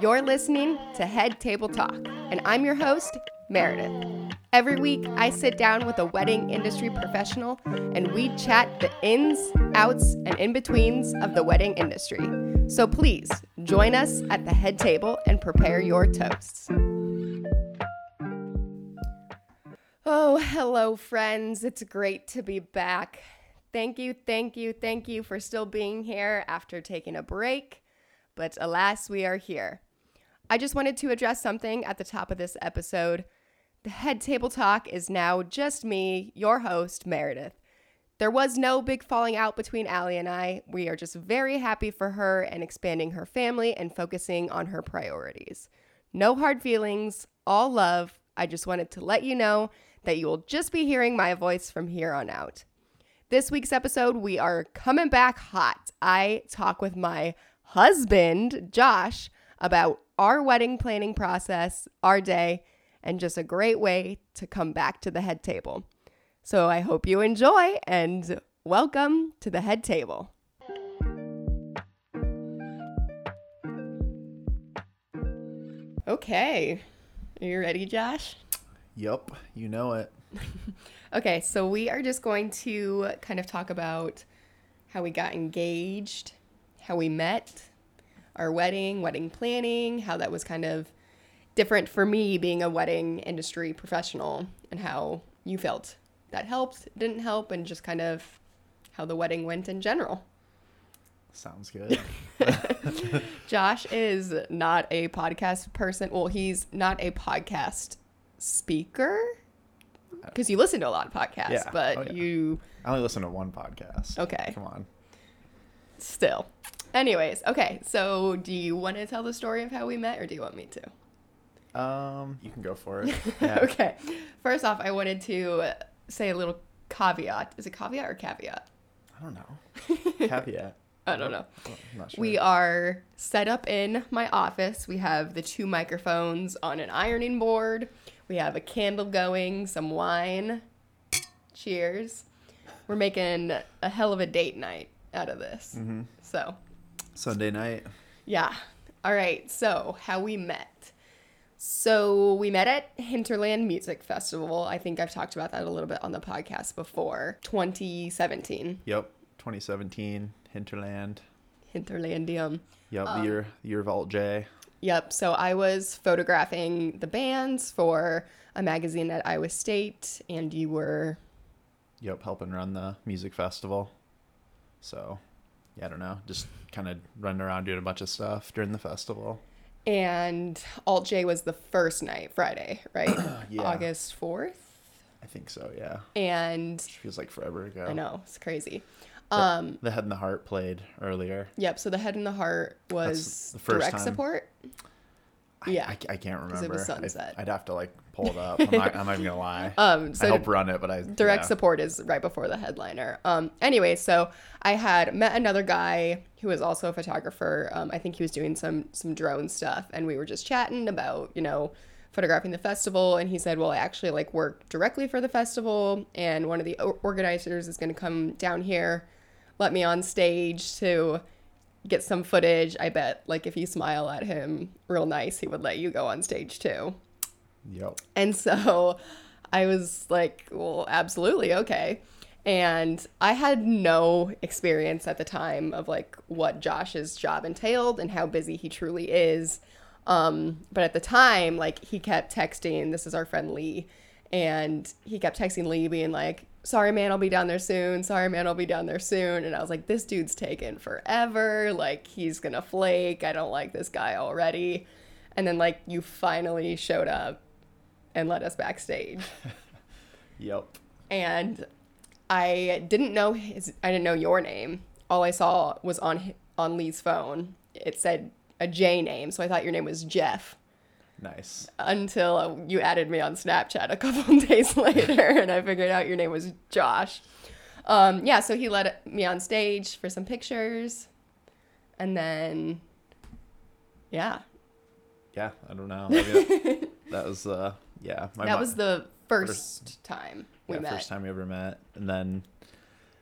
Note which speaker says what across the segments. Speaker 1: You're listening to Head Table Talk, and I'm your host, Meredith. Every week, I sit down with a wedding industry professional and we chat the ins, outs, and in betweens of the wedding industry. So please join us at the head table and prepare your toasts. Oh, hello, friends. It's great to be back. Thank you, thank you, thank you for still being here after taking a break. But alas, we are here. I just wanted to address something at the top of this episode. The head table talk is now just me, your host, Meredith. There was no big falling out between Allie and I. We are just very happy for her and expanding her family and focusing on her priorities. No hard feelings, all love. I just wanted to let you know that you will just be hearing my voice from here on out. This week's episode, we are coming back hot. I talk with my husband, Josh, about our wedding planning process, our day, and just a great way to come back to the head table. So I hope you enjoy and welcome to the head table. Okay. Are you ready, Josh?
Speaker 2: Yep, you know it.
Speaker 1: Okay, so we are just going to kind of talk about how we got engaged, how we met, our wedding, wedding planning, how that was kind of different for me being a wedding industry professional, and how you felt that helped, didn't help, and just kind of how the wedding went in general.
Speaker 2: Sounds good.
Speaker 1: Josh is not a podcast person. Well, he's not a podcast speaker because you listen to a lot of podcasts,
Speaker 2: Yeah.
Speaker 1: but
Speaker 2: Oh, yeah.
Speaker 1: you
Speaker 2: I only listen to one podcast.
Speaker 1: Okay.
Speaker 2: Come on.
Speaker 1: still. Anyways, okay. So, do you want to tell the story of how we met, or do you want me to?
Speaker 2: Um, you can go for it. Yeah.
Speaker 1: okay. First off, I wanted to say a little caveat. Is it caveat or caveat?
Speaker 2: I don't know. Caveat.
Speaker 1: I don't know.
Speaker 2: Well, I'm not sure.
Speaker 1: We are set up in my office. We have the two microphones on an ironing board. We have a candle going, some wine. Cheers. We're making a hell of a date night out of this.
Speaker 2: Mm-hmm.
Speaker 1: So,
Speaker 2: Sunday night.
Speaker 1: yeah. All right. So, how we met. So, we met at Hinterland Music Festival. I think I've talked about that a little bit on the podcast before. 2017.
Speaker 2: Yep. 2017 hinterland.
Speaker 1: Hinterlandium.
Speaker 2: Yep.
Speaker 1: Uh.
Speaker 2: the year the year of Alt J.
Speaker 1: Yep. So I was photographing the bands for a magazine at Iowa State, and you were
Speaker 2: Yep. Helping run the music festival. So, yeah, I don't know. Just kind of running around doing a bunch of stuff during the festival.
Speaker 1: and Alt J was the first night, Friday, right?
Speaker 2: Yeah.
Speaker 1: August fourth.
Speaker 2: I think so. Yeah.
Speaker 1: And
Speaker 2: Which feels like forever ago.
Speaker 1: I know it's crazy.
Speaker 2: Um, the Head and the Heart played earlier.
Speaker 1: Yep. So the head and the heart was
Speaker 2: the first
Speaker 1: direct
Speaker 2: time.
Speaker 1: support.
Speaker 2: I-
Speaker 1: yeah.
Speaker 2: I, I can't remember.
Speaker 1: it was
Speaker 2: I'd-
Speaker 1: sunset.
Speaker 2: I'd, have to like pull it up. I'm not, I'm not even gonna lie.
Speaker 1: Um, so
Speaker 2: I helped run it, but I
Speaker 1: direct
Speaker 2: yeah.
Speaker 1: support is right before the headliner. Um, anyway, so I had met another guy who was also a photographer. Um, I think he was doing some some drone stuff, and we were just chatting about you know photographing the festival. And he said, "Well, I actually like work directly for the festival, and one of the o- organizers is going to come down here, let me on stage to." get some footage i bet like if you smile at him real nice he would let you go on stage too
Speaker 2: Yep.
Speaker 1: and so I was like, well, absolutely, okay. And I had no experience at the time of like what Josh's job entailed and how busy he truly is. Um, but at the time, like he kept texting, this is our friend Lee, and he kept texting Lee being like, sorry man, I'll be down there soon. Sorry man, I'll be down there soon. And I was like, this dude's taking forever. Like he's gonna flake. I don't like this guy already. And then like you finally showed up and led us backstage.
Speaker 2: Yep.
Speaker 1: And I didn't know his, I didn't know your name. All I saw was on hi- on Lee's phone. It said a J name, so I thought your name was Jeff
Speaker 2: Nice.
Speaker 1: until you added me on Snapchat a couple of days later, and I figured out your name was Josh. Um, yeah, so he led me on stage for some pictures, and then, yeah,
Speaker 2: Yeah. I don't know. I mean, that was uh yeah. My
Speaker 1: that
Speaker 2: mo-
Speaker 1: was the first, time we
Speaker 2: yeah,
Speaker 1: met.
Speaker 2: first time we ever met, and then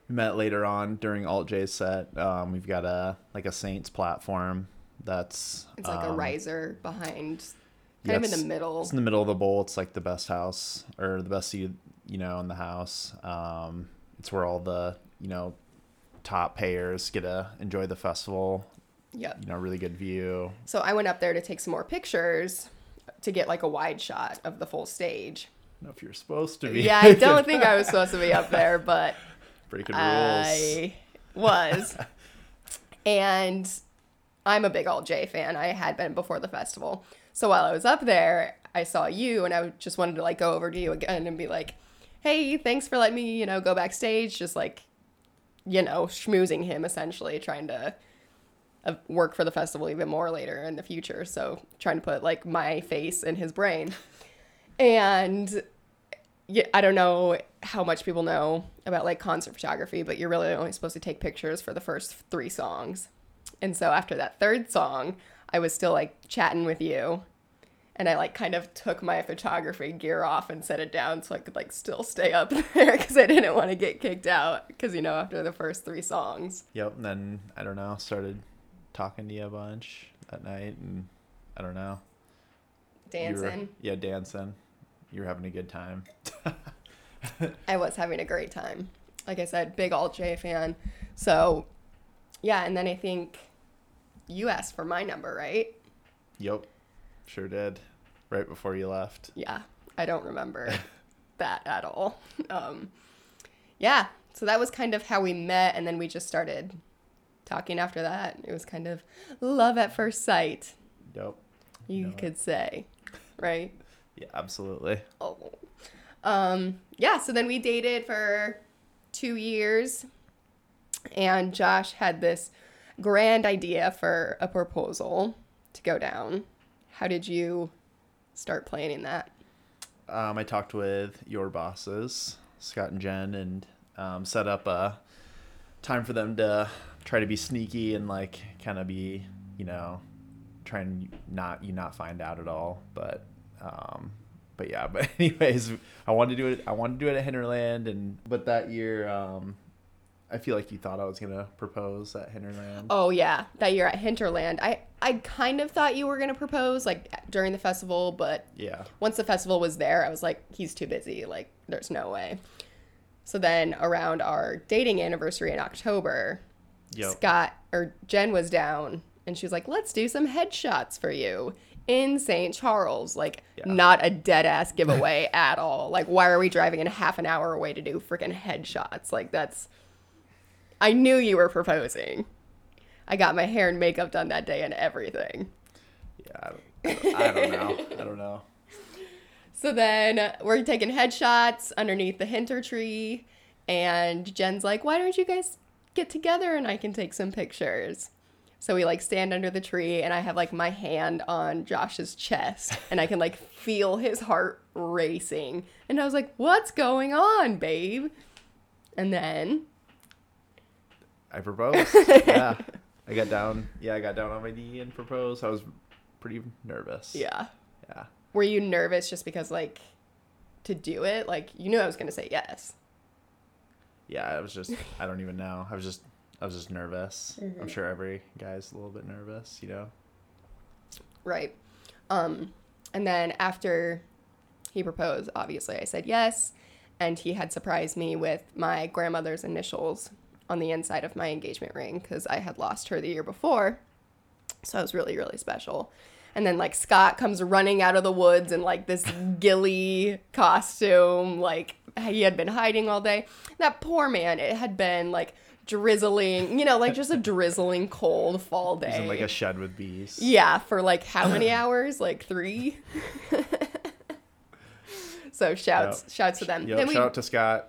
Speaker 2: we met later on during Alt J's set. Um, we've got a like a Saints platform That's
Speaker 1: It's like a
Speaker 2: um,
Speaker 1: riser behind, kind
Speaker 2: yeah,
Speaker 1: of in
Speaker 2: it's-
Speaker 1: the middle.
Speaker 2: It's in the middle of the bowl. It's like the best house or the best seat, you know, in the house. Um, it's where all the you know top payers get to enjoy the festival.
Speaker 1: Yep.
Speaker 2: You know, really good view.
Speaker 1: So I went up there to take some more pictures to get like a wide shot of the full stage.
Speaker 2: I don't know if you're supposed to be.
Speaker 1: Yeah, I don't think I was supposed to be up there, but
Speaker 2: breaking rules.
Speaker 1: I was. and I'm a big Alt J fan. I had been before the festival. So while I was up there, I saw you and I just wanted to like go over to you again and be like, hey, thanks for letting me, you know, go backstage. Just like, you know, schmoozing him essentially, trying to uh, work for the festival even more later in the future. So trying to put like my face in his brain. And yeah, I don't know how much people know about like concert photography, but you're really only supposed to take pictures for the first three songs. And so after that third song, I was still like chatting with you. And I like kind of took my photography gear off and set it down so I could like still stay up there because I didn't want to get kicked out. Because you know, after the first three songs,
Speaker 2: Yep. And then I don't know. Started talking to you a bunch that night, and I don't know. you were-
Speaker 1: dancing,
Speaker 2: yeah, dancing. You were having a good time.
Speaker 1: I was having a great time. Like I said, big Alt J fan. So yeah, and then I think you asked for my number, right?
Speaker 2: Yep. Sure did. Right before you left.
Speaker 1: yeah, I don't remember that at all. Um, yeah, so that was kind of how we met, and then we just started talking after that. It was kind of love at first sight,
Speaker 2: Yep.
Speaker 1: you
Speaker 2: No.
Speaker 1: could say, right?
Speaker 2: Yeah, absolutely.
Speaker 1: Oh, um, yeah. So then we dated for two years, and Josh had this grand idea for a proposal to go down. How did you start planning that?
Speaker 2: um, I talked with your bosses, Scott and Jen, and um, set up a time for them to try to be sneaky and like kind of be, you know, try and not you not find out at all. But um, but yeah. But anyways, I wanted to do it. I wanted to do it at Hinterland, and but that year, um, I feel like you thought I was gonna propose at Hinterland.
Speaker 1: Oh yeah, that year at Hinterland. I I kind of thought you were gonna propose like during the festival, but
Speaker 2: Yeah.
Speaker 1: once the festival was there, I was like, he's too busy. Like, there's no way. So then around our dating anniversary in October,
Speaker 2: Yep.
Speaker 1: Scott or Jen was down, and she was like, "Let's do some headshots for you." In St. Charles, like
Speaker 2: Yeah.
Speaker 1: not a dead ass giveaway at all. Like, why are we driving in half an hour away to do freaking headshots? Like, that's. I knew you were proposing. I got my hair and makeup done that day and everything.
Speaker 2: Yeah. I don't, I don't know. I don't know.
Speaker 1: So then we're taking headshots underneath the hinter tree, and Jen's like, "Why don't you guys get together and I can take some pictures?" So we like stand under the tree, and I have like my hand on Josh's chest, and I can like feel his heart racing. And I was like, "What's going on, babe?" And then
Speaker 2: I proposed. yeah. I got down. Yeah, I got down on my knee and proposed. I was pretty nervous.
Speaker 1: yeah,
Speaker 2: Yeah.
Speaker 1: were you nervous just because like to do it? Like you knew I was gonna say yes.
Speaker 2: Yeah, I was just I don't even know. I was just I was just nervous.
Speaker 1: Mm-hmm.
Speaker 2: I'm sure every guy's a little bit nervous, you know.
Speaker 1: Right. Um, and then after he proposed, obviously I said yes. And he had surprised me with my grandmother's initials on the inside of my engagement ring because I had lost her the year before. So it was really, really special. And then like Scott comes running out of the woods in like this ghillie costume, like he had been hiding all day. That poor man, it had been like drizzling, you know, like just a drizzling cold fall day.
Speaker 2: He's in like a shed with bees.
Speaker 1: Yeah, for like how many hours? Like three. so shouts,
Speaker 2: Yep.
Speaker 1: shouts to them.
Speaker 2: Yo,
Speaker 1: then
Speaker 2: shout
Speaker 1: we
Speaker 2: out to Scott.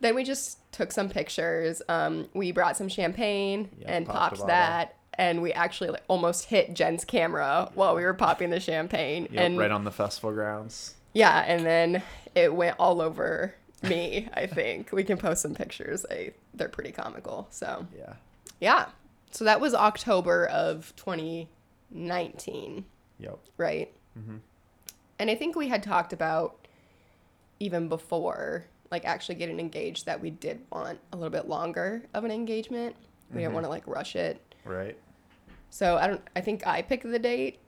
Speaker 1: then we just took some pictures. Um, we brought some champagne
Speaker 2: Yeah,
Speaker 1: and
Speaker 2: popped a
Speaker 1: popped
Speaker 2: bottle.
Speaker 1: that, and we actually like, almost hit Jen's camera while we were popping the champagne.
Speaker 2: Yep,
Speaker 1: and
Speaker 2: right on the festival grounds.
Speaker 1: yeah, and then it went all over me. I think we can post some pictures. I, they're pretty comical. So
Speaker 2: Yeah.
Speaker 1: yeah, so that was October of 2019.
Speaker 2: Yep.
Speaker 1: right?
Speaker 2: Mm-hmm.
Speaker 1: And I think we had talked about even before, like actually getting engaged, that we did
Speaker 2: Mm-hmm.
Speaker 1: want a little bit longer of an engagement. We didn't want to like rush it.
Speaker 2: Right.
Speaker 1: So I don't. I think I picked the date.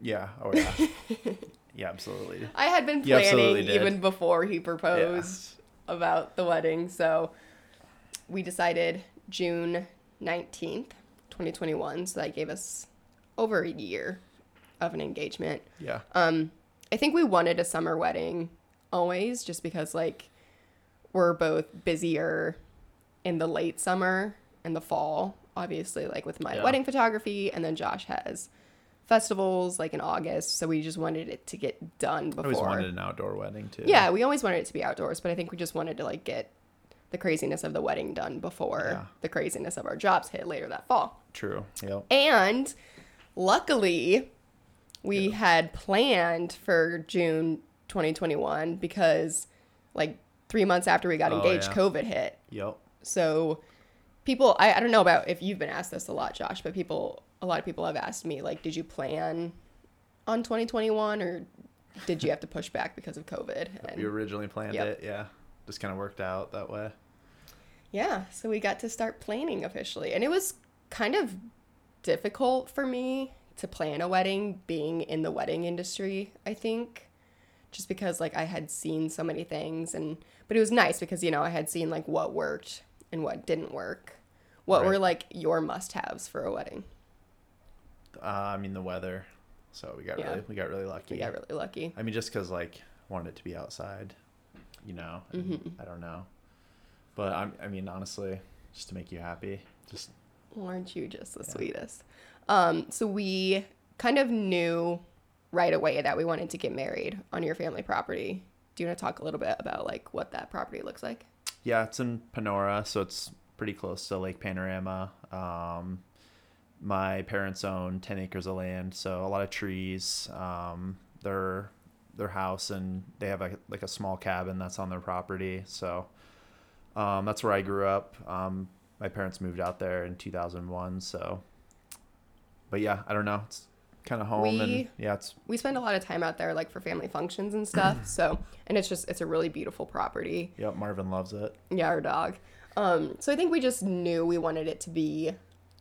Speaker 2: Yeah. Oh yeah. yeah, absolutely.
Speaker 1: I had been
Speaker 2: You absolutely
Speaker 1: planning
Speaker 2: did.
Speaker 1: even before he proposed
Speaker 2: Yes.
Speaker 1: about the wedding. So we decided June nineteenth, twenty twenty one. So that gave us over a year of an engagement.
Speaker 2: Yeah.
Speaker 1: I think we wanted a summer wedding always just because like we're both busier in the late summer and the fall, obviously like with my
Speaker 2: Yeah.
Speaker 1: wedding photography and then Josh has festivals like in August, so we just wanted it to get done
Speaker 2: I
Speaker 1: before.
Speaker 2: always wanted an outdoor wedding too.
Speaker 1: yeah, we always wanted it to be outdoors, but I think we just wanted to like get the craziness of the wedding done before
Speaker 2: Yeah.
Speaker 1: the craziness of our jobs hit later that fall.
Speaker 2: True. Yep.
Speaker 1: And luckily, we had planned for June 2021 because, like, three months after we got
Speaker 2: Oh,
Speaker 1: engaged,
Speaker 2: yeah.
Speaker 1: COVID hit.
Speaker 2: Yep.
Speaker 1: So, people, I, I don't know about if you've been asked this a lot, Josh, but people, a lot of people have asked me, like, did you plan on 2021 or did you have to push back because of COVID?
Speaker 2: We
Speaker 1: And
Speaker 2: originally planned
Speaker 1: Yep.
Speaker 2: it. Yeah. Just kind of worked out that way.
Speaker 1: yeah, so we got to start planning officially. And it was kind of difficult for me to plan a wedding being in the wedding industry, I think. Just because like I had seen so many things and but it was nice because you know, I had seen like what worked and what didn't work. What
Speaker 2: Right.
Speaker 1: were like your must-haves for a wedding?
Speaker 2: Uh, I mean the weather. So we got
Speaker 1: Yeah.
Speaker 2: really we got really lucky.
Speaker 1: We got really lucky.
Speaker 2: I mean just cuz like I wanted it to be outside, you know. and
Speaker 1: Mm-hmm.
Speaker 2: I don't know. But I'm, I mean honestly, just to make you happy. Just
Speaker 1: Aren't you just the
Speaker 2: Yeah.
Speaker 1: sweetest? Um, so we kind of knew right away that we wanted to get married on your family property. Do you want to talk a little bit about like what that property looks like?
Speaker 2: Yeah, it's in Panora, so it's pretty close to Lake Panorama. Um, my parents own ten acres of land, so a lot of trees. Um, their their house and they have a, like a small cabin that's on their property. So um, that's where I grew up. Um, my parents moved out there in two thousand one. So, but yeah, I don't know. It's kind of home, and
Speaker 1: We-
Speaker 2: yeah, it's
Speaker 1: We spend a lot of time out there like for family functions and stuff. so, and it's just it's a really beautiful property.
Speaker 2: yep. Marvin loves it.
Speaker 1: Yeah, our dog. Um, so I think we just knew we wanted it to be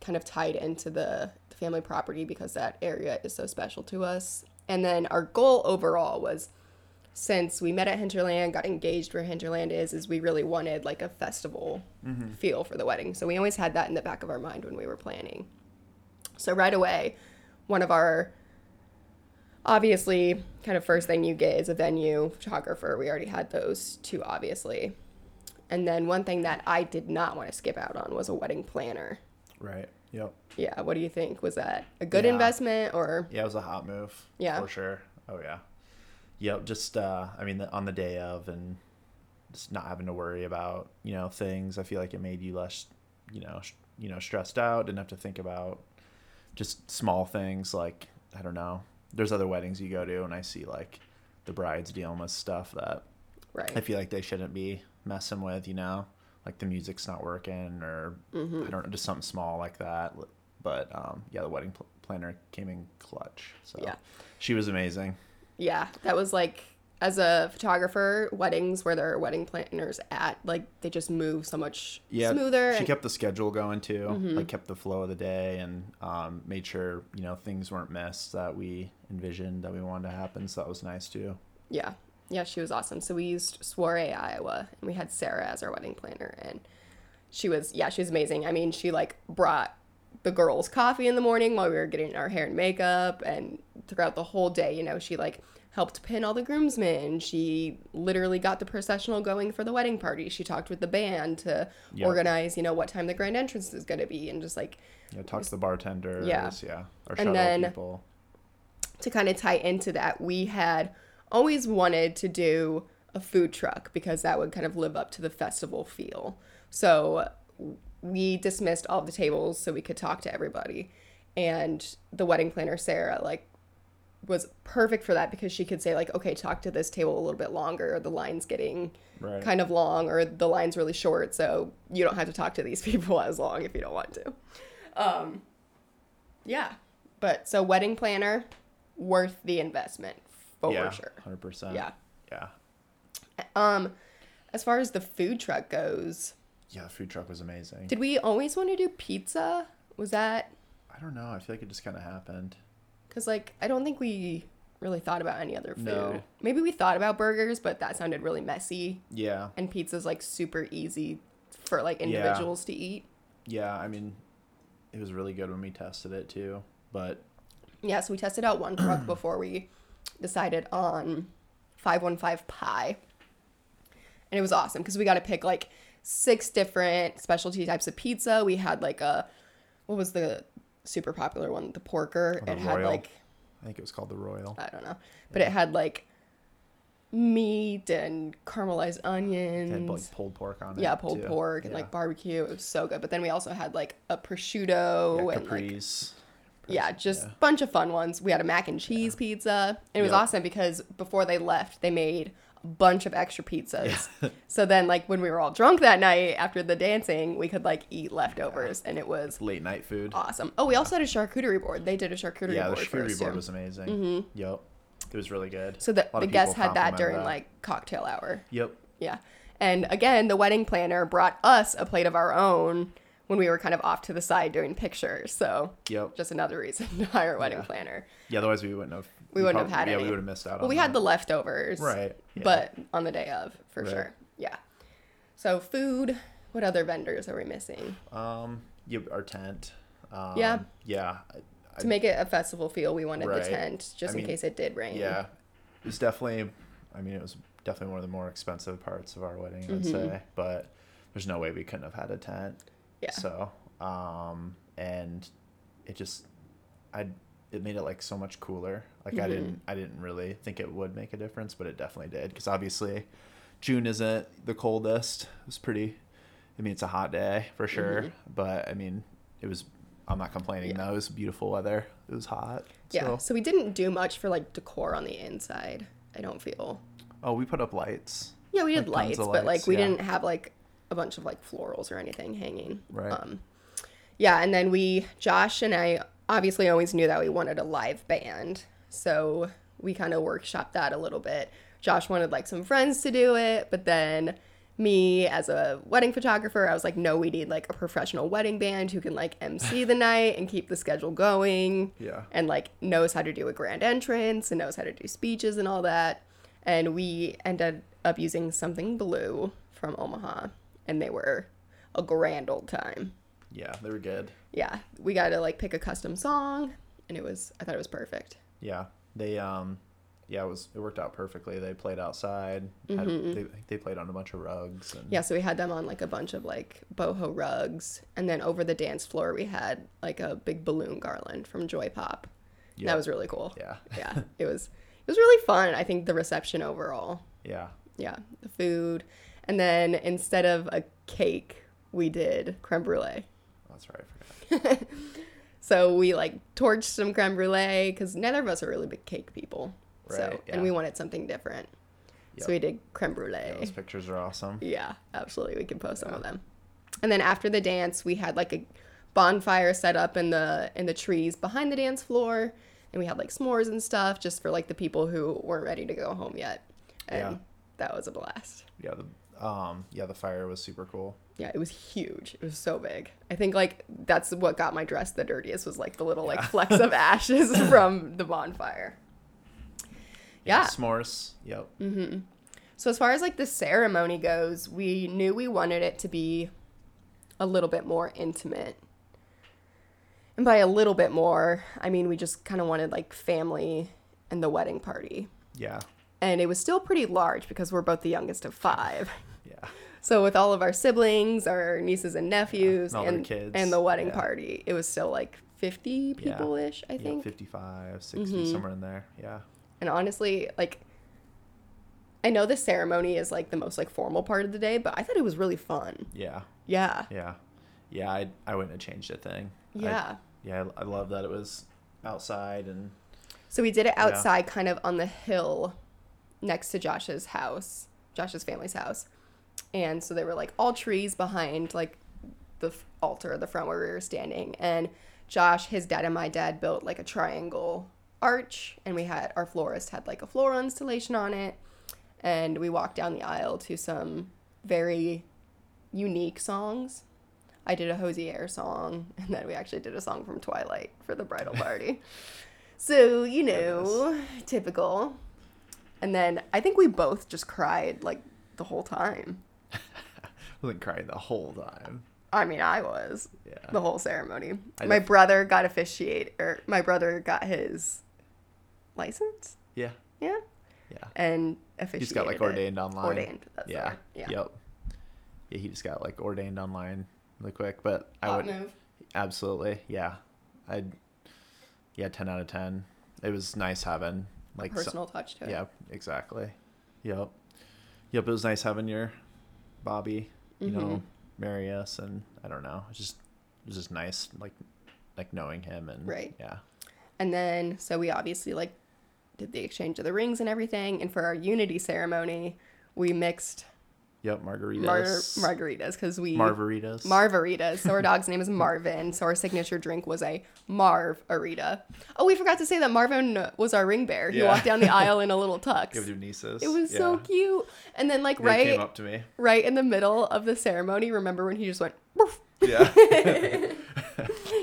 Speaker 1: kind of tied into the, the family property because that area is so special to us. And then our goal overall was since we met at Hinterland, got engaged where Hinterland is, is we really wanted like a festival feel for the wedding. So we always had that in the back of our mind when we were planning. So right away, one of our obviously kind of first thing you get is a venue, photographer. We already had those two obviously. And then one thing that I did not want to skip out on was a wedding planner.
Speaker 2: Right. Yep.
Speaker 1: Yeah, what do you think? Was that a good
Speaker 2: Yeah.
Speaker 1: investment or
Speaker 2: Yeah, it was a hot move.
Speaker 1: Yeah.
Speaker 2: For sure. Oh yeah. Yep. Just uh, I mean, the, on the day of, and just not having to worry about you know things. I feel like it made you less, you know, sh- you know, stressed out. Didn't have to think about just small things like I don't know. There's other weddings you go to, and I see like the brides dealing with stuff that I
Speaker 1: right?
Speaker 2: feel like they shouldn't be messing with. You know, like the music's not working, or
Speaker 1: Mm-hmm.
Speaker 2: I don't know, just something small like that. But um, yeah, the wedding pl- planner came in clutch. So
Speaker 1: Yeah.
Speaker 2: she was amazing.
Speaker 1: Yeah, that was like as a photographer, weddings where there are wedding planners at, like they just move so much
Speaker 2: Yeah,
Speaker 1: smoother. and-
Speaker 2: She
Speaker 1: Mm-hmm.
Speaker 2: kept the schedule going too. Like kept the flow of the day and um, made sure you know things weren't missed that we envisioned that we wanted to happen. So that was nice too.
Speaker 1: yeah. Yeah, she was awesome. So we used Soiree, Iowa, and we had Sarah as our wedding planner and she was yeah, she was amazing. I mean, she like brought the girls coffee in the morning while we were getting our hair and makeup and throughout the whole day, you know, she like helped pin all the groomsmen. She literally got the processional going for the wedding party. She talked with the band to
Speaker 2: Yeah.
Speaker 1: organize, you know, what time the grand entrance is going to be and just like
Speaker 2: You know, talked to the bartenders. Yeah,
Speaker 1: Yeah.
Speaker 2: our
Speaker 1: And
Speaker 2: shuttle
Speaker 1: then-
Speaker 2: people.
Speaker 1: to kind of tie into that, we had always wanted to do a food truck because that would kind of live up to the festival feel. So we dismissed all the tables so we could talk to everybody. And the wedding planner, Sarah, like, was perfect for that because she could say, like, okay, talk to this table a little bit longer, or the line's getting
Speaker 2: Right.
Speaker 1: kind of long, or the line's really short, so you don't have to talk to these people as long if you don't want to. Um, yeah. But so, wedding planner, worth the investment for
Speaker 2: yeah,
Speaker 1: sure.
Speaker 2: Hundred percent.
Speaker 1: Yeah.
Speaker 2: Yeah.
Speaker 1: Um, as far as the food truck goes,
Speaker 2: Yeah. The food truck was amazing.
Speaker 1: did we always want to do pizza? Was that
Speaker 2: I don't know. I feel like it just kind of happened.
Speaker 1: Because, like, I don't think we really thought about any other food.
Speaker 2: No.
Speaker 1: Maybe we thought about burgers, but that sounded really messy.
Speaker 2: Yeah.
Speaker 1: And pizza's, like, super easy for, like, individuals to eat.
Speaker 2: Yeah. I mean, it was really good when we tested it too. But
Speaker 1: Yeah, so we tested out one truck before we decided on 515 pie. And it was awesome because we got to pick like six different specialty types of pizza. We had like a, what was the super popular one? The porker.
Speaker 2: Oh, the
Speaker 1: it had
Speaker 2: Royal.
Speaker 1: like,
Speaker 2: I think it was called the Royal.
Speaker 1: I don't know, but it had like meat and caramelized onions.
Speaker 2: It had like pulled pork on it.
Speaker 1: yeah, pulled
Speaker 2: too.
Speaker 1: pork and
Speaker 2: Yeah.
Speaker 1: like barbecue. It was so good. But then we also had like a prosciutto
Speaker 2: yeah,
Speaker 1: and like
Speaker 2: capris.
Speaker 1: yeah, just
Speaker 2: yeah.
Speaker 1: bunch of fun ones. We had a mac and cheese pizza. And it was
Speaker 2: Yep.
Speaker 1: awesome because before they left, they made a bunch of extra pizzas. so then like when we were all drunk that night after the dancing, we could like eat leftovers and it was
Speaker 2: Late night food.
Speaker 1: awesome. Oh, we also had a charcuterie board. They did a charcuterie
Speaker 2: yeah, the
Speaker 1: board for us
Speaker 2: charcuterie
Speaker 1: too.
Speaker 2: board was amazing. Yep. It was really good.
Speaker 1: so
Speaker 2: A
Speaker 1: the,
Speaker 2: lot
Speaker 1: the
Speaker 2: of
Speaker 1: guests
Speaker 2: people
Speaker 1: had that
Speaker 2: complimented
Speaker 1: during
Speaker 2: that.
Speaker 1: like cocktail hour.
Speaker 2: Yep.
Speaker 1: Yeah. And again, the wedding planner brought us a plate of our own when we were kind of off to the side doing pictures. So
Speaker 2: Yep.
Speaker 1: just another reason to hire a wedding
Speaker 2: Yeah.
Speaker 1: planner.
Speaker 2: Yeah, otherwise we wouldn't have.
Speaker 1: We wouldn't have
Speaker 2: probably-
Speaker 1: had
Speaker 2: Yeah,
Speaker 1: any.
Speaker 2: we would have missed out.
Speaker 1: Well,
Speaker 2: on
Speaker 1: we had the leftovers.
Speaker 2: right, yeah.
Speaker 1: But on the day of, for
Speaker 2: Right.
Speaker 1: sure. Yeah. So food, what other vendors are we missing?
Speaker 2: um, yeah, our tent. Um,
Speaker 1: Yeah.
Speaker 2: Yeah. I, I,
Speaker 1: to make it a festival feel, we wanted
Speaker 2: Right.
Speaker 1: the tent just in
Speaker 2: I mean,
Speaker 1: case it did rain.
Speaker 2: yeah, it was definitely. I mean, it was definitely one of the more expensive parts of our wedding, I'd
Speaker 1: Mm-hmm.
Speaker 2: say. But there's no way we couldn't have had a tent.
Speaker 1: Yeah.
Speaker 2: So, um, and it just, I, it made it like so much cooler. Like I
Speaker 1: Mm-hmm.
Speaker 2: didn't, I didn't really think it would make a difference, but it definitely did. Because obviously, June isn't the coldest. It was pretty. I mean, it's a hot day for sure,
Speaker 1: Mm-hmm.
Speaker 2: but I mean, it was. I'm not complaining though. It was beautiful weather. It was hot.
Speaker 1: Yeah.
Speaker 2: So.
Speaker 1: So we didn't do much for like decor on the inside, I don't feel.
Speaker 2: Oh, we put up lights.
Speaker 1: Yeah, we did
Speaker 2: Like,
Speaker 1: lights,
Speaker 2: tons of
Speaker 1: but like
Speaker 2: lights,
Speaker 1: we
Speaker 2: yeah.
Speaker 1: didn't have like a bunch of like florals or anything hanging. Um,
Speaker 2: Right.
Speaker 1: yeah, and then we, Josh and I, obviously always knew that we wanted a live band, so we kind of workshopped that a little bit. Josh wanted like some friends to do it, but then me as a wedding photographer, I was like, no, we need like a professional wedding band who can like MC the night and keep the schedule going
Speaker 2: Yeah.
Speaker 1: and like knows how to do a grand entrance and knows how to do speeches and all that. And we ended up using something blue from Omaha, and they were a grand old time.
Speaker 2: Yeah, they were good.
Speaker 1: Yeah, we got to like pick a custom song, and it was I thought it was perfect.
Speaker 2: Yeah, they um, yeah, it was it worked out perfectly. They played outside. Had, they, they played on a bunch of rugs and
Speaker 1: Mm-hmm. Yeah, so we had them on like a bunch of like boho rugs, and then over the dance floor we had like a big balloon garland from Joy Pop.
Speaker 2: Yeah.
Speaker 1: That was really cool.
Speaker 2: yeah,
Speaker 1: yeah, it was it was really fun. I think the reception overall
Speaker 2: yeah,
Speaker 1: yeah, the food. And then instead of a cake, we did creme brulee.
Speaker 2: that's right. I forgot.
Speaker 1: So we like torched some creme brulee because neither of us are really big cake people. so
Speaker 2: Right,
Speaker 1: and
Speaker 2: yeah.
Speaker 1: we wanted something different.
Speaker 2: Yep.
Speaker 1: So we did creme
Speaker 2: Yeah, those
Speaker 1: brulee.
Speaker 2: pictures are awesome.
Speaker 1: Yeah, absolutely. We can post some of them. And then after the dance, we had like a bonfire set up in the in the trees behind the dance floor, and we had like s'mores and stuff just for like the people who weren't ready to go home yet. And
Speaker 2: Yeah.
Speaker 1: that was a blast.
Speaker 2: Yeah, the um, yeah, the fire was super cool.
Speaker 1: Yeah, it was huge. It was so big. I think like that's what got my dress the dirtiest was like the little like flecks of ashes from the bonfire. Yeah. Mm.
Speaker 2: s'mores. Yep.
Speaker 1: So as far as like the ceremony goes, we knew we wanted it to be a little bit more intimate. And by a little bit more, I mean we just kind of wanted like family and the wedding party.
Speaker 2: Yeah,
Speaker 1: And it was still pretty large because we're both the youngest of 5.
Speaker 2: yeah,
Speaker 1: So with all of our siblings, our nieces and nephews,
Speaker 2: and all
Speaker 1: and,
Speaker 2: their
Speaker 1: and,
Speaker 2: kids,
Speaker 1: the wedding
Speaker 2: yeah.
Speaker 1: party, it was still like 50
Speaker 2: Yeah.
Speaker 1: people ish, I
Speaker 2: yeah.
Speaker 1: think. Mm-hmm.
Speaker 2: 55, 60, somewhere in there. Yeah,
Speaker 1: and honestly, like, I know the ceremony is like the most like formal part of the day, but I thought it was really fun.
Speaker 2: yeah,
Speaker 1: Yeah.
Speaker 2: yeah, yeah. I I wouldn't have changed a thing. I-
Speaker 1: Yeah.
Speaker 2: yeah, I, I love that it was outside and
Speaker 1: So we did it outside, kind of on the hill next to Josh's house, Josh's family's house. And so there were like all trees behind like the f- altar, the front where we were standing. And Josh, his dad, and my dad built like a triangle arch. And we had our florist had like a floral installation on it. And we walked down the aisle to some very unique songs. I did a Hosier song, and then we actually did a song from Twilight for the bridal party. so, you know, typical. And then I think we both just cried like the whole time.
Speaker 2: wasn't crying the whole time.
Speaker 1: I mean, I was
Speaker 2: Yeah.
Speaker 1: the whole ceremony.
Speaker 2: I
Speaker 1: my
Speaker 2: def-
Speaker 1: brother got officiate, or my brother got his license.
Speaker 2: Yeah.
Speaker 1: Yeah.
Speaker 2: Yeah.
Speaker 1: And
Speaker 2: He
Speaker 1: officiated.
Speaker 2: just got like
Speaker 1: it.
Speaker 2: ordained online.
Speaker 1: Ordained. That's the
Speaker 2: yeah.
Speaker 1: word. Yeah.
Speaker 2: Yep. Yeah, he just got like ordained online really quick, but I
Speaker 1: Hot
Speaker 2: would
Speaker 1: move.
Speaker 2: absolutely. Yeah. I'd Yeah, 10 out of 10. It was nice having like so-
Speaker 1: personal touch to it.
Speaker 2: Yeah, exactly. Yep. Yep, it was nice having your Bobby, you
Speaker 1: Mm-hmm.
Speaker 2: know, marry us and I don't know. It's just it was just nice like like knowing him and
Speaker 1: Right.
Speaker 2: yeah.
Speaker 1: And then, so we obviously like did the exchange of the rings and everything. And for our unity ceremony, we mixed
Speaker 2: Yep,
Speaker 1: mar-
Speaker 2: margaritas.
Speaker 1: margaritas because we
Speaker 2: margaritas.
Speaker 1: marvaritas. So our dog's name is Marvin. So our signature drink was a marvarita. Oh, we forgot to say that Marvin was our ring bearer. He
Speaker 2: Yeah.
Speaker 1: walked down the aisle in a little tux.
Speaker 2: Give your nieces.
Speaker 1: it was so cute. And then like
Speaker 2: They
Speaker 1: right,
Speaker 2: came up to me.
Speaker 1: right in the middle of the ceremony, remember when he just went. "Woof."
Speaker 2: Yeah.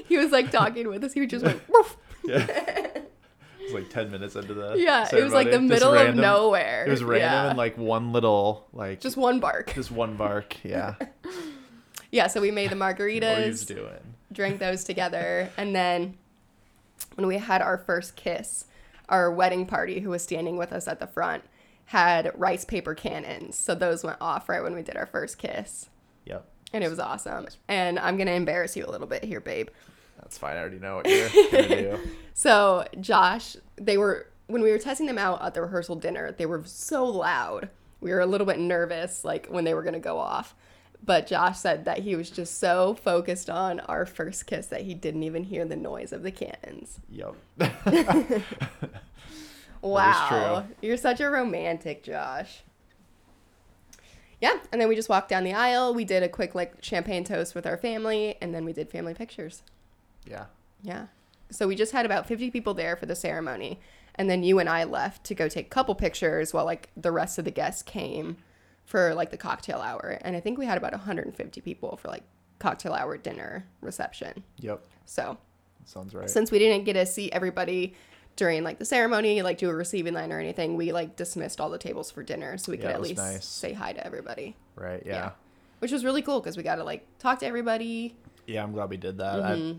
Speaker 1: He was like talking with us. He just went. "Woof."
Speaker 2: yeah. It was like 10 minutes into the
Speaker 1: Yeah, it was like the
Speaker 2: ceremony. Just
Speaker 1: middle of
Speaker 2: random-
Speaker 1: nowhere.
Speaker 2: It was random
Speaker 1: Yeah.
Speaker 2: and like one little like
Speaker 1: just
Speaker 2: just
Speaker 1: one bark.
Speaker 2: just one bark, yeah.
Speaker 1: Yeah, so we made the
Speaker 2: what he was
Speaker 1: margaritas,
Speaker 2: doing.
Speaker 1: drank those together, and then when we had our first kiss, our wedding party, who was standing with us at the front, had rice paper cannons. So those went off right when we did our first kiss,
Speaker 2: Yep.
Speaker 1: and it was awesome. And I'm gonna embarrass you a little bit here, babe.
Speaker 2: That's fine. I already know what you're going to do.
Speaker 1: So Josh, they were when we were testing them out at the rehearsal dinner, they were so loud. We were a little bit nervous, like when they were gonna go off. But Josh said that he was just so focused on our first kiss that he didn't even hear the noise of the cannons.
Speaker 2: Yep.
Speaker 1: Wow.
Speaker 2: true.
Speaker 1: You're such a romantic, Josh. Yeah, and then we just walked down the aisle. We did a quick like champagne toast with our family, and then we did family pictures.
Speaker 2: yeah.
Speaker 1: Yeah. So we just had about 50 people there for the ceremony. And then you and I left to go take couple pictures while like the rest of the guests came for like the cocktail hour. And I think we had about 150 people for like cocktail hour dinner reception.
Speaker 2: Yep.
Speaker 1: So
Speaker 2: Sounds right.
Speaker 1: since we didn't get to see everybody during like the ceremony, like do a receiving line or anything, we like dismissed all the tables for dinner so we
Speaker 2: Yeah,
Speaker 1: could
Speaker 2: it
Speaker 1: at
Speaker 2: was
Speaker 1: least
Speaker 2: nice.
Speaker 1: say hi to everybody.
Speaker 2: right. Yeah. yeah.
Speaker 1: Which was really cool because we got to like talk to everybody.
Speaker 2: I'm glad we did that.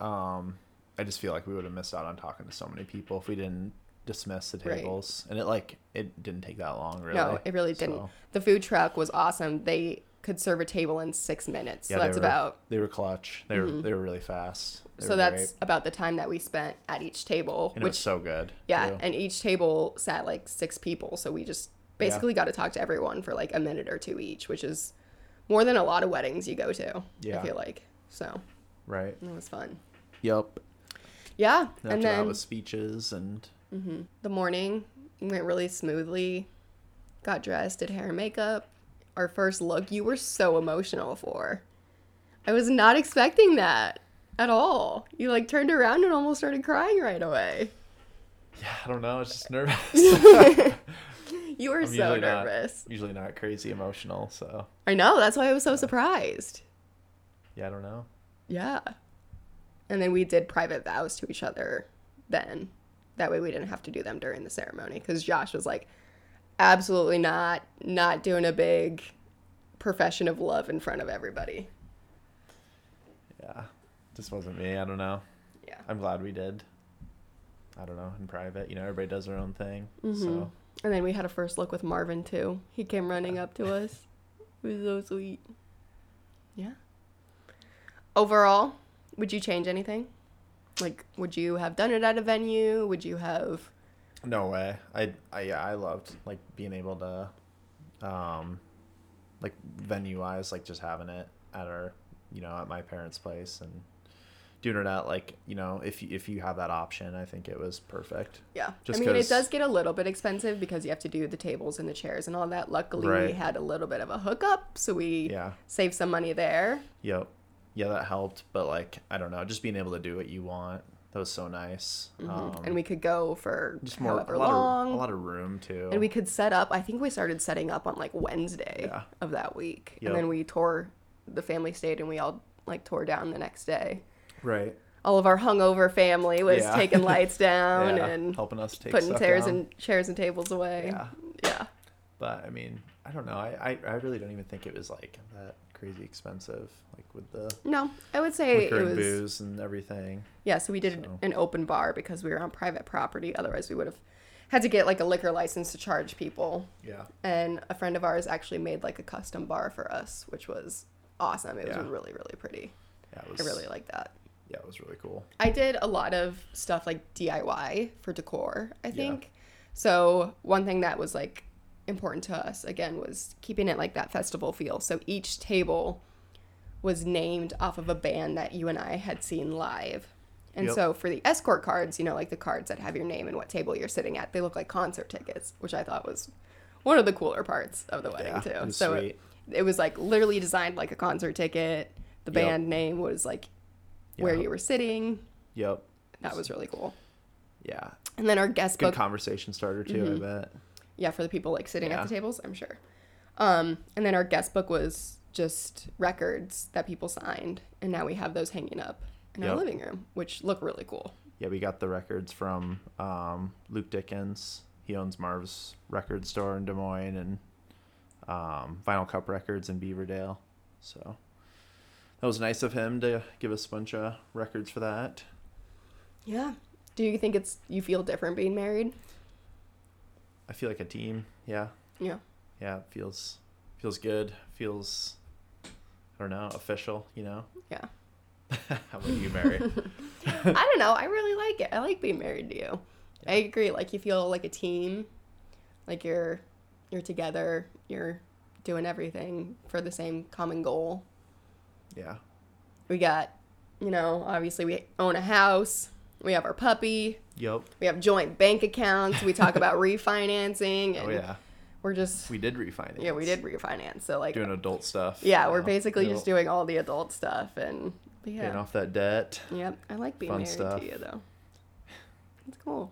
Speaker 1: Mm-hmm.
Speaker 2: I, um, I just feel like we would have missed out on talking to so many people if we didn't dismiss the
Speaker 1: Right.
Speaker 2: tables. And it like it didn't take that long, really.
Speaker 1: No, it really didn't.
Speaker 2: So,
Speaker 1: The food truck was awesome. They could serve a table in six minutes.
Speaker 2: yeah,
Speaker 1: so
Speaker 2: they
Speaker 1: that's
Speaker 2: were-
Speaker 1: about
Speaker 2: They were clutch. They were they were really fast. They
Speaker 1: Mm-hmm. so
Speaker 2: were
Speaker 1: that's
Speaker 2: great.
Speaker 1: about the time that we spent at each table.
Speaker 2: and it
Speaker 1: which
Speaker 2: was so good.
Speaker 1: yeah,
Speaker 2: too.
Speaker 1: and each table sat like six people. So we just basically got to talk to everyone for like a minute or two each, which is more than a lot of weddings you go to.
Speaker 2: Yeah.
Speaker 1: I feel like so
Speaker 2: right.
Speaker 1: it was fun.
Speaker 2: Yep.
Speaker 1: Yeah,
Speaker 2: And after
Speaker 1: and then
Speaker 2: that was speeches and
Speaker 1: the morning went really smoothly. Got dressed, did hair and makeup. Our first look, you were so emotional for. I was not expecting that at all. You like turned around and almost started crying right away.
Speaker 2: I don't know. It's just nervous.
Speaker 1: You were
Speaker 2: I'm
Speaker 1: so
Speaker 2: usually not-
Speaker 1: nervous.
Speaker 2: usually not crazy emotional. So
Speaker 1: I know, that's why I was so surprised.
Speaker 2: yeah, I don't know.
Speaker 1: Yeah. And then we did private vows to each other then. That way we didn't have to do them during the ceremony because Josh was like, absolutely not, not doing a big profession of love in front of everybody.
Speaker 2: Yeah, just wasn't me. I don't know.
Speaker 1: Yeah.
Speaker 2: I'm glad we did. I don't know in private. You know, everybody does their own thing.
Speaker 1: Mm-hmm.
Speaker 2: So
Speaker 1: And then we had a first look with Marvin too. He came running up to us. It was so sweet. Yeah. Overall, would you change anything? Like, would you have done it at a venue? Would you have.
Speaker 2: no way. I I yeah, I loved like being able to, um, like venue wise, like just having it at our, you know, at my parents' place and doing it at like you know if you- if you have that option, I think it was perfect.
Speaker 1: Yeah.
Speaker 2: Just
Speaker 1: I mean, it
Speaker 2: 'cause-
Speaker 1: does get a little bit expensive because you have to do the tables and the chairs and all that. Luckily, we
Speaker 2: Right.
Speaker 1: had a little bit of a hookup, so we
Speaker 2: Yeah.
Speaker 1: saved some money there.
Speaker 2: Yep. Yeah, that helped. But like, I don't know, just being able to do what you want. That was so nice. Um,
Speaker 1: Mm-hmm. and we could go for
Speaker 2: just more
Speaker 1: however
Speaker 2: a lot
Speaker 1: long.
Speaker 2: of a lot of room too.
Speaker 1: And we could set up, I think we started setting up on like Wednesday
Speaker 2: Yeah.
Speaker 1: of that week.
Speaker 2: Yep.
Speaker 1: And then we tore the family stayed and we all like tore down the next day.
Speaker 2: Right.
Speaker 1: All of our hungover family was
Speaker 2: Yeah.
Speaker 1: taking lights down
Speaker 2: yeah.
Speaker 1: and
Speaker 2: helping us take
Speaker 1: putting
Speaker 2: stuff
Speaker 1: chairs
Speaker 2: down.
Speaker 1: and chairs and tables away.
Speaker 2: Yeah.
Speaker 1: Yeah.
Speaker 2: But I mean, I don't know. I, I, I really don't even think it was like that crazy expensive, like with the
Speaker 1: No, I would say
Speaker 2: liquor
Speaker 1: it
Speaker 2: and
Speaker 1: was
Speaker 2: booze and everything.
Speaker 1: yeah. So we did
Speaker 2: So-
Speaker 1: an open bar because we were on private property. Otherwise, we would have had to get like a liquor license to charge people.
Speaker 2: Yeah.
Speaker 1: And a friend of ours actually made like a custom bar for us, which was awesome. It was
Speaker 2: Yeah.
Speaker 1: really really pretty.
Speaker 2: Yeah, it was
Speaker 1: I really like that.
Speaker 2: Yeah, it was really cool.
Speaker 1: I did a lot of stuff like DIY for decor, I
Speaker 2: Yeah.
Speaker 1: think. So, one thing that was like important to us again was keeping it like that festival feel. So, each table was named off of a band that you and I had seen live. And
Speaker 2: Yep.
Speaker 1: so, for the escort cards, you know, like the cards that have your name and what table you're sitting at, they look like concert tickets, which I thought was one of the cooler parts of the wedding,
Speaker 2: Yeah, it
Speaker 1: too.
Speaker 2: was
Speaker 1: So, it,
Speaker 2: sweet.
Speaker 1: it was like literally designed like a concert ticket. The
Speaker 2: Yep.
Speaker 1: band name was like where
Speaker 2: Yeah.
Speaker 1: you were sitting,
Speaker 2: Yep.
Speaker 1: that was really cool.
Speaker 2: Yeah.
Speaker 1: And then our guest
Speaker 2: Good
Speaker 1: book, Mm-hmm.
Speaker 2: conversation starter too, I bet.
Speaker 1: yeah, for the people like sitting
Speaker 2: Yeah.
Speaker 1: at the tables, I'm sure. Um, and then our guest book was just records that people signed, and now we have those hanging up in our
Speaker 2: Yep.
Speaker 1: living room, which look really cool.
Speaker 2: Yeah, we got the records from um, Luke Dickens. He owns Marv's record store in Des Moines and um, Vinyl Cup Records in Beaverdale. So that was nice of him to give us a bunch of records for that.
Speaker 1: Yeah. Do you think it's you feel different being married?
Speaker 2: I feel like a team. Yeah,
Speaker 1: Yeah.
Speaker 2: yeah. It feels feels good. Feels I don't know official. You know.
Speaker 1: Yeah.
Speaker 2: How about you, Mary?
Speaker 1: I don't know. I really like it. I like being married to you. I agree. Like you feel like a team, like you're you're together. You're doing everything for the same common goal.
Speaker 2: yeah.
Speaker 1: We got, you know, obviously we own a house. We have our puppy.
Speaker 2: Yep.
Speaker 1: We have joint bank accounts. We talk about refinancing, and
Speaker 2: Oh yeah.
Speaker 1: we're just
Speaker 2: We did refinance.
Speaker 1: yeah, we did refinance. So like,
Speaker 2: Doing adult stuff.
Speaker 1: yeah,
Speaker 2: you
Speaker 1: we're
Speaker 2: know,
Speaker 1: basically
Speaker 2: you know,
Speaker 1: just doing all the adult stuff, and but
Speaker 2: paying
Speaker 1: yeah,
Speaker 2: off that debt.
Speaker 1: yep. I like being
Speaker 2: Fun
Speaker 1: married
Speaker 2: stuff.
Speaker 1: to you though. It's cool.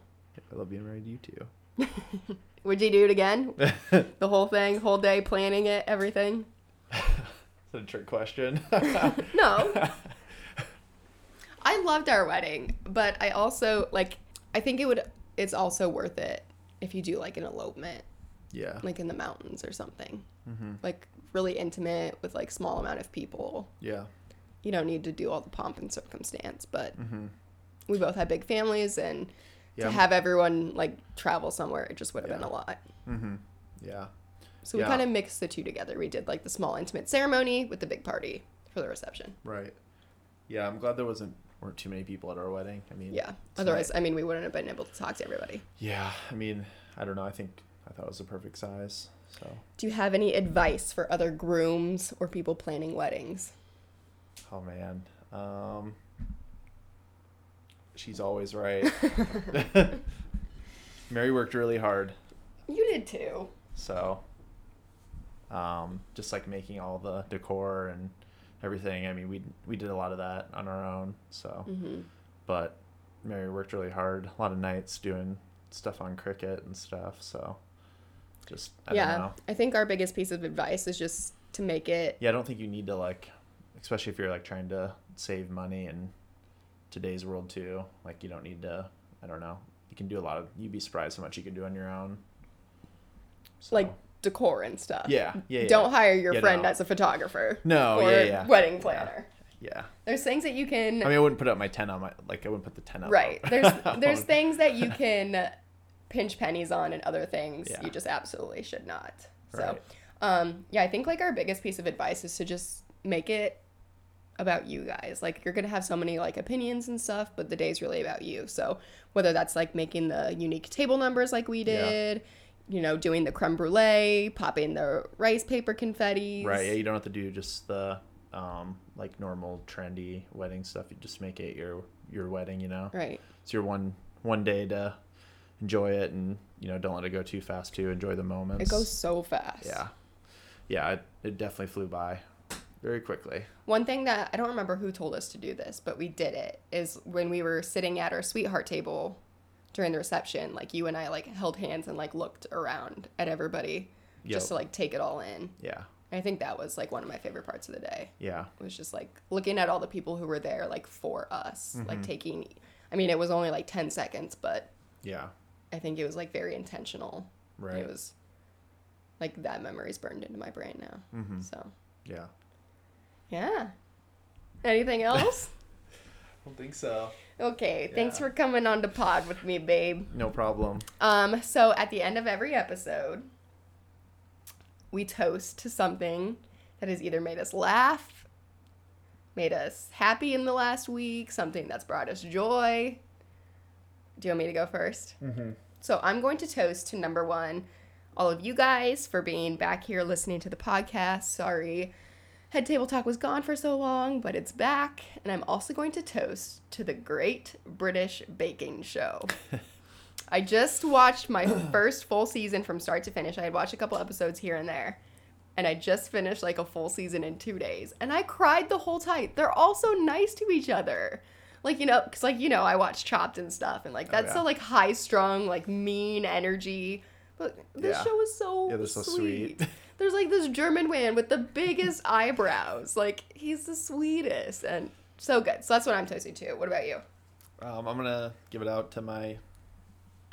Speaker 2: I love being married to you too.
Speaker 1: Would you do it again?
Speaker 2: Is
Speaker 1: The whole thing, whole day planning it, everything?
Speaker 2: that a trick question?
Speaker 1: No. I loved our wedding, but I also like. I think it would. It's also worth it if you do like an elopement.
Speaker 2: yeah.
Speaker 1: like in the mountains or something.
Speaker 2: Mm-hmm.
Speaker 1: Like really intimate with like small amount of people.
Speaker 2: Yeah.
Speaker 1: You don't need to do all the pomp and circumstance, but
Speaker 2: Mhm.
Speaker 1: we both had big families and
Speaker 2: Yeah.
Speaker 1: to have everyone like travel somewhere it just would have been
Speaker 2: Yeah.
Speaker 1: a lot.
Speaker 2: Mm-hmm. Yeah.
Speaker 1: So
Speaker 2: Yeah.
Speaker 1: we kind of mixed the two together. We did like the small intimate ceremony with the big party for the reception.
Speaker 2: Right. Yeah. I'm glad there wasn't weren't too many people at our wedding. I mean.
Speaker 1: Yeah.
Speaker 2: it's
Speaker 1: Otherwise,
Speaker 2: not-
Speaker 1: I mean, we wouldn't have been able to talk to everybody.
Speaker 2: yeah. I mean, I don't know. I think I thought it was the perfect size. So
Speaker 1: Do you have any advice for other grooms or people planning weddings?
Speaker 2: Oh man. Um She's always right. Mary worked really hard,
Speaker 1: You did too.
Speaker 2: so um just like making all the decor and everything. I mean, we we did a lot of that on our own, so
Speaker 1: hmm
Speaker 2: but Mary worked really hard, a lot of nights doing stuff on Cricut and stuff, so just I
Speaker 1: yeah,
Speaker 2: don't know.
Speaker 1: I think our biggest piece of advice is just to make it.
Speaker 2: Yeah, I don't think you need to like, especially if you're like trying to save money in today's world too. Like, you don't need to. I don't know. You can do a lot of. You'd be surprised how much you can do on your own. So-
Speaker 1: like decor and stuff.
Speaker 2: Yeah, yeah, yeah.
Speaker 1: Don't hire your
Speaker 2: Yeah,
Speaker 1: friend
Speaker 2: no.
Speaker 1: as a photographer.
Speaker 2: No,
Speaker 1: or
Speaker 2: yeah, yeah.
Speaker 1: wedding planner.
Speaker 2: Yeah.
Speaker 1: There's things that you can
Speaker 2: I mean, I wouldn't put up my ten on my like. I wouldn't put the ten up.
Speaker 1: right. There's there's things
Speaker 2: things.
Speaker 1: that you can pinch pennies on and other things
Speaker 2: Yeah.
Speaker 1: you just absolutely should not. So,
Speaker 2: Right.
Speaker 1: um yeah, I think like our biggest piece of advice is to just make it about you guys. Like you're going to have so many like opinions and stuff, but the day's really about you. So, whether that's like making the unique table numbers like we
Speaker 2: Yeah.
Speaker 1: did, you know, doing the creme brulee, popping the rice paper confetti.
Speaker 2: Right. Yeah, you don't have to do just the um like normal trendy wedding stuff. You just make it your your wedding. You know.
Speaker 1: Right.
Speaker 2: it's your one one day to enjoy it and you know don't let it go too fast too enjoy the moments
Speaker 1: It goes so fast.
Speaker 2: yeah yeah it, it definitely flew by very quickly
Speaker 1: One thing that I don't remember who told us to do this, but we did it is when we were sitting at our sweetheart table during the reception, like you and I like held hands and like looked around at everybody
Speaker 2: Yep.
Speaker 1: just to like take it all in.
Speaker 2: yeah
Speaker 1: I think that was like one of my favorite parts of the day.
Speaker 2: Yeah.
Speaker 1: It was just like looking at all the people who were there, like for us,
Speaker 2: Mm-hmm.
Speaker 1: like taking. I mean, it was only like ten seconds, but
Speaker 2: Yeah.
Speaker 1: I think it was like very intentional.
Speaker 2: Right.
Speaker 1: It was like that memory's burned into my brain now.
Speaker 2: Mm-hmm.
Speaker 1: So
Speaker 2: Yeah.
Speaker 1: yeah. Anything else?
Speaker 2: I don't think so.
Speaker 1: okay. Thanks
Speaker 2: Yeah.
Speaker 1: for coming on to pod with me, babe.
Speaker 2: No problem.
Speaker 1: Um, so at the end of every episode, we toast to something that has either made us laugh, made us happy in the last week, something that's brought us joy. Do you want me to go 1st Mm-hmm. So I'm going to toast to number one, all of you guys for being back here listening to the podcast. Sorry. Head Table Talk was gone for so long, but it's back. And I'm also going to toast to the Great British Baking Show. I just watched my first full season from start to finish. I had watched a couple episodes here and there. And I just finished like a full season in two days. And I cried the whole time. They're all so nice to each other. Like, you know, because, like, you know, I watch Chopped and stuff. And, like, that's
Speaker 2: yeah.
Speaker 1: so, like, high strung, like, mean energy. But this
Speaker 2: Yeah.
Speaker 1: show is so,
Speaker 2: Yeah, they're so
Speaker 1: sweet.
Speaker 2: sweet.
Speaker 1: There's, like, this German man with the biggest eyebrows. Like, he's the sweetest. And so good. So that's what I'm toasting to. What about you?
Speaker 2: Um, I'm gonna give it out to my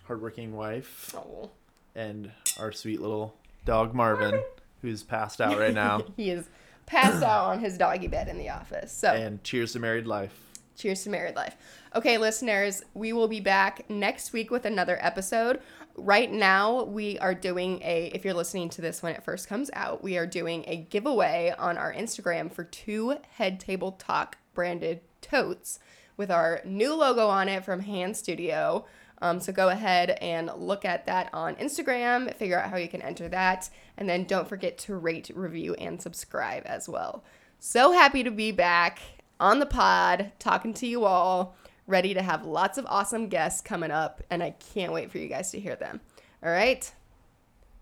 Speaker 2: hardworking wife
Speaker 1: Oh.
Speaker 2: and our sweet little dog Marvin, who's passed out right now.
Speaker 1: he is passed out on his doggy bed in the office. So
Speaker 2: and cheers to married life.
Speaker 1: cheers to married life. Okay, listeners, we will be back next week with another episode. Right now, we are doing a, if you're listening to this when it first comes out, we are doing a giveaway on our Instagram for two Head Table Talk branded totes with our new logo on it from Hand Studio. Um, so go ahead and look at that on Instagram, figure out how you can enter that, and then don't forget to rate, review, and subscribe as well. So happy to be back on the pod, talking to you all, ready to have lots of awesome guests coming up, and I can't wait for you guys to hear them. All right,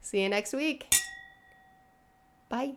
Speaker 1: see you next week. Bye.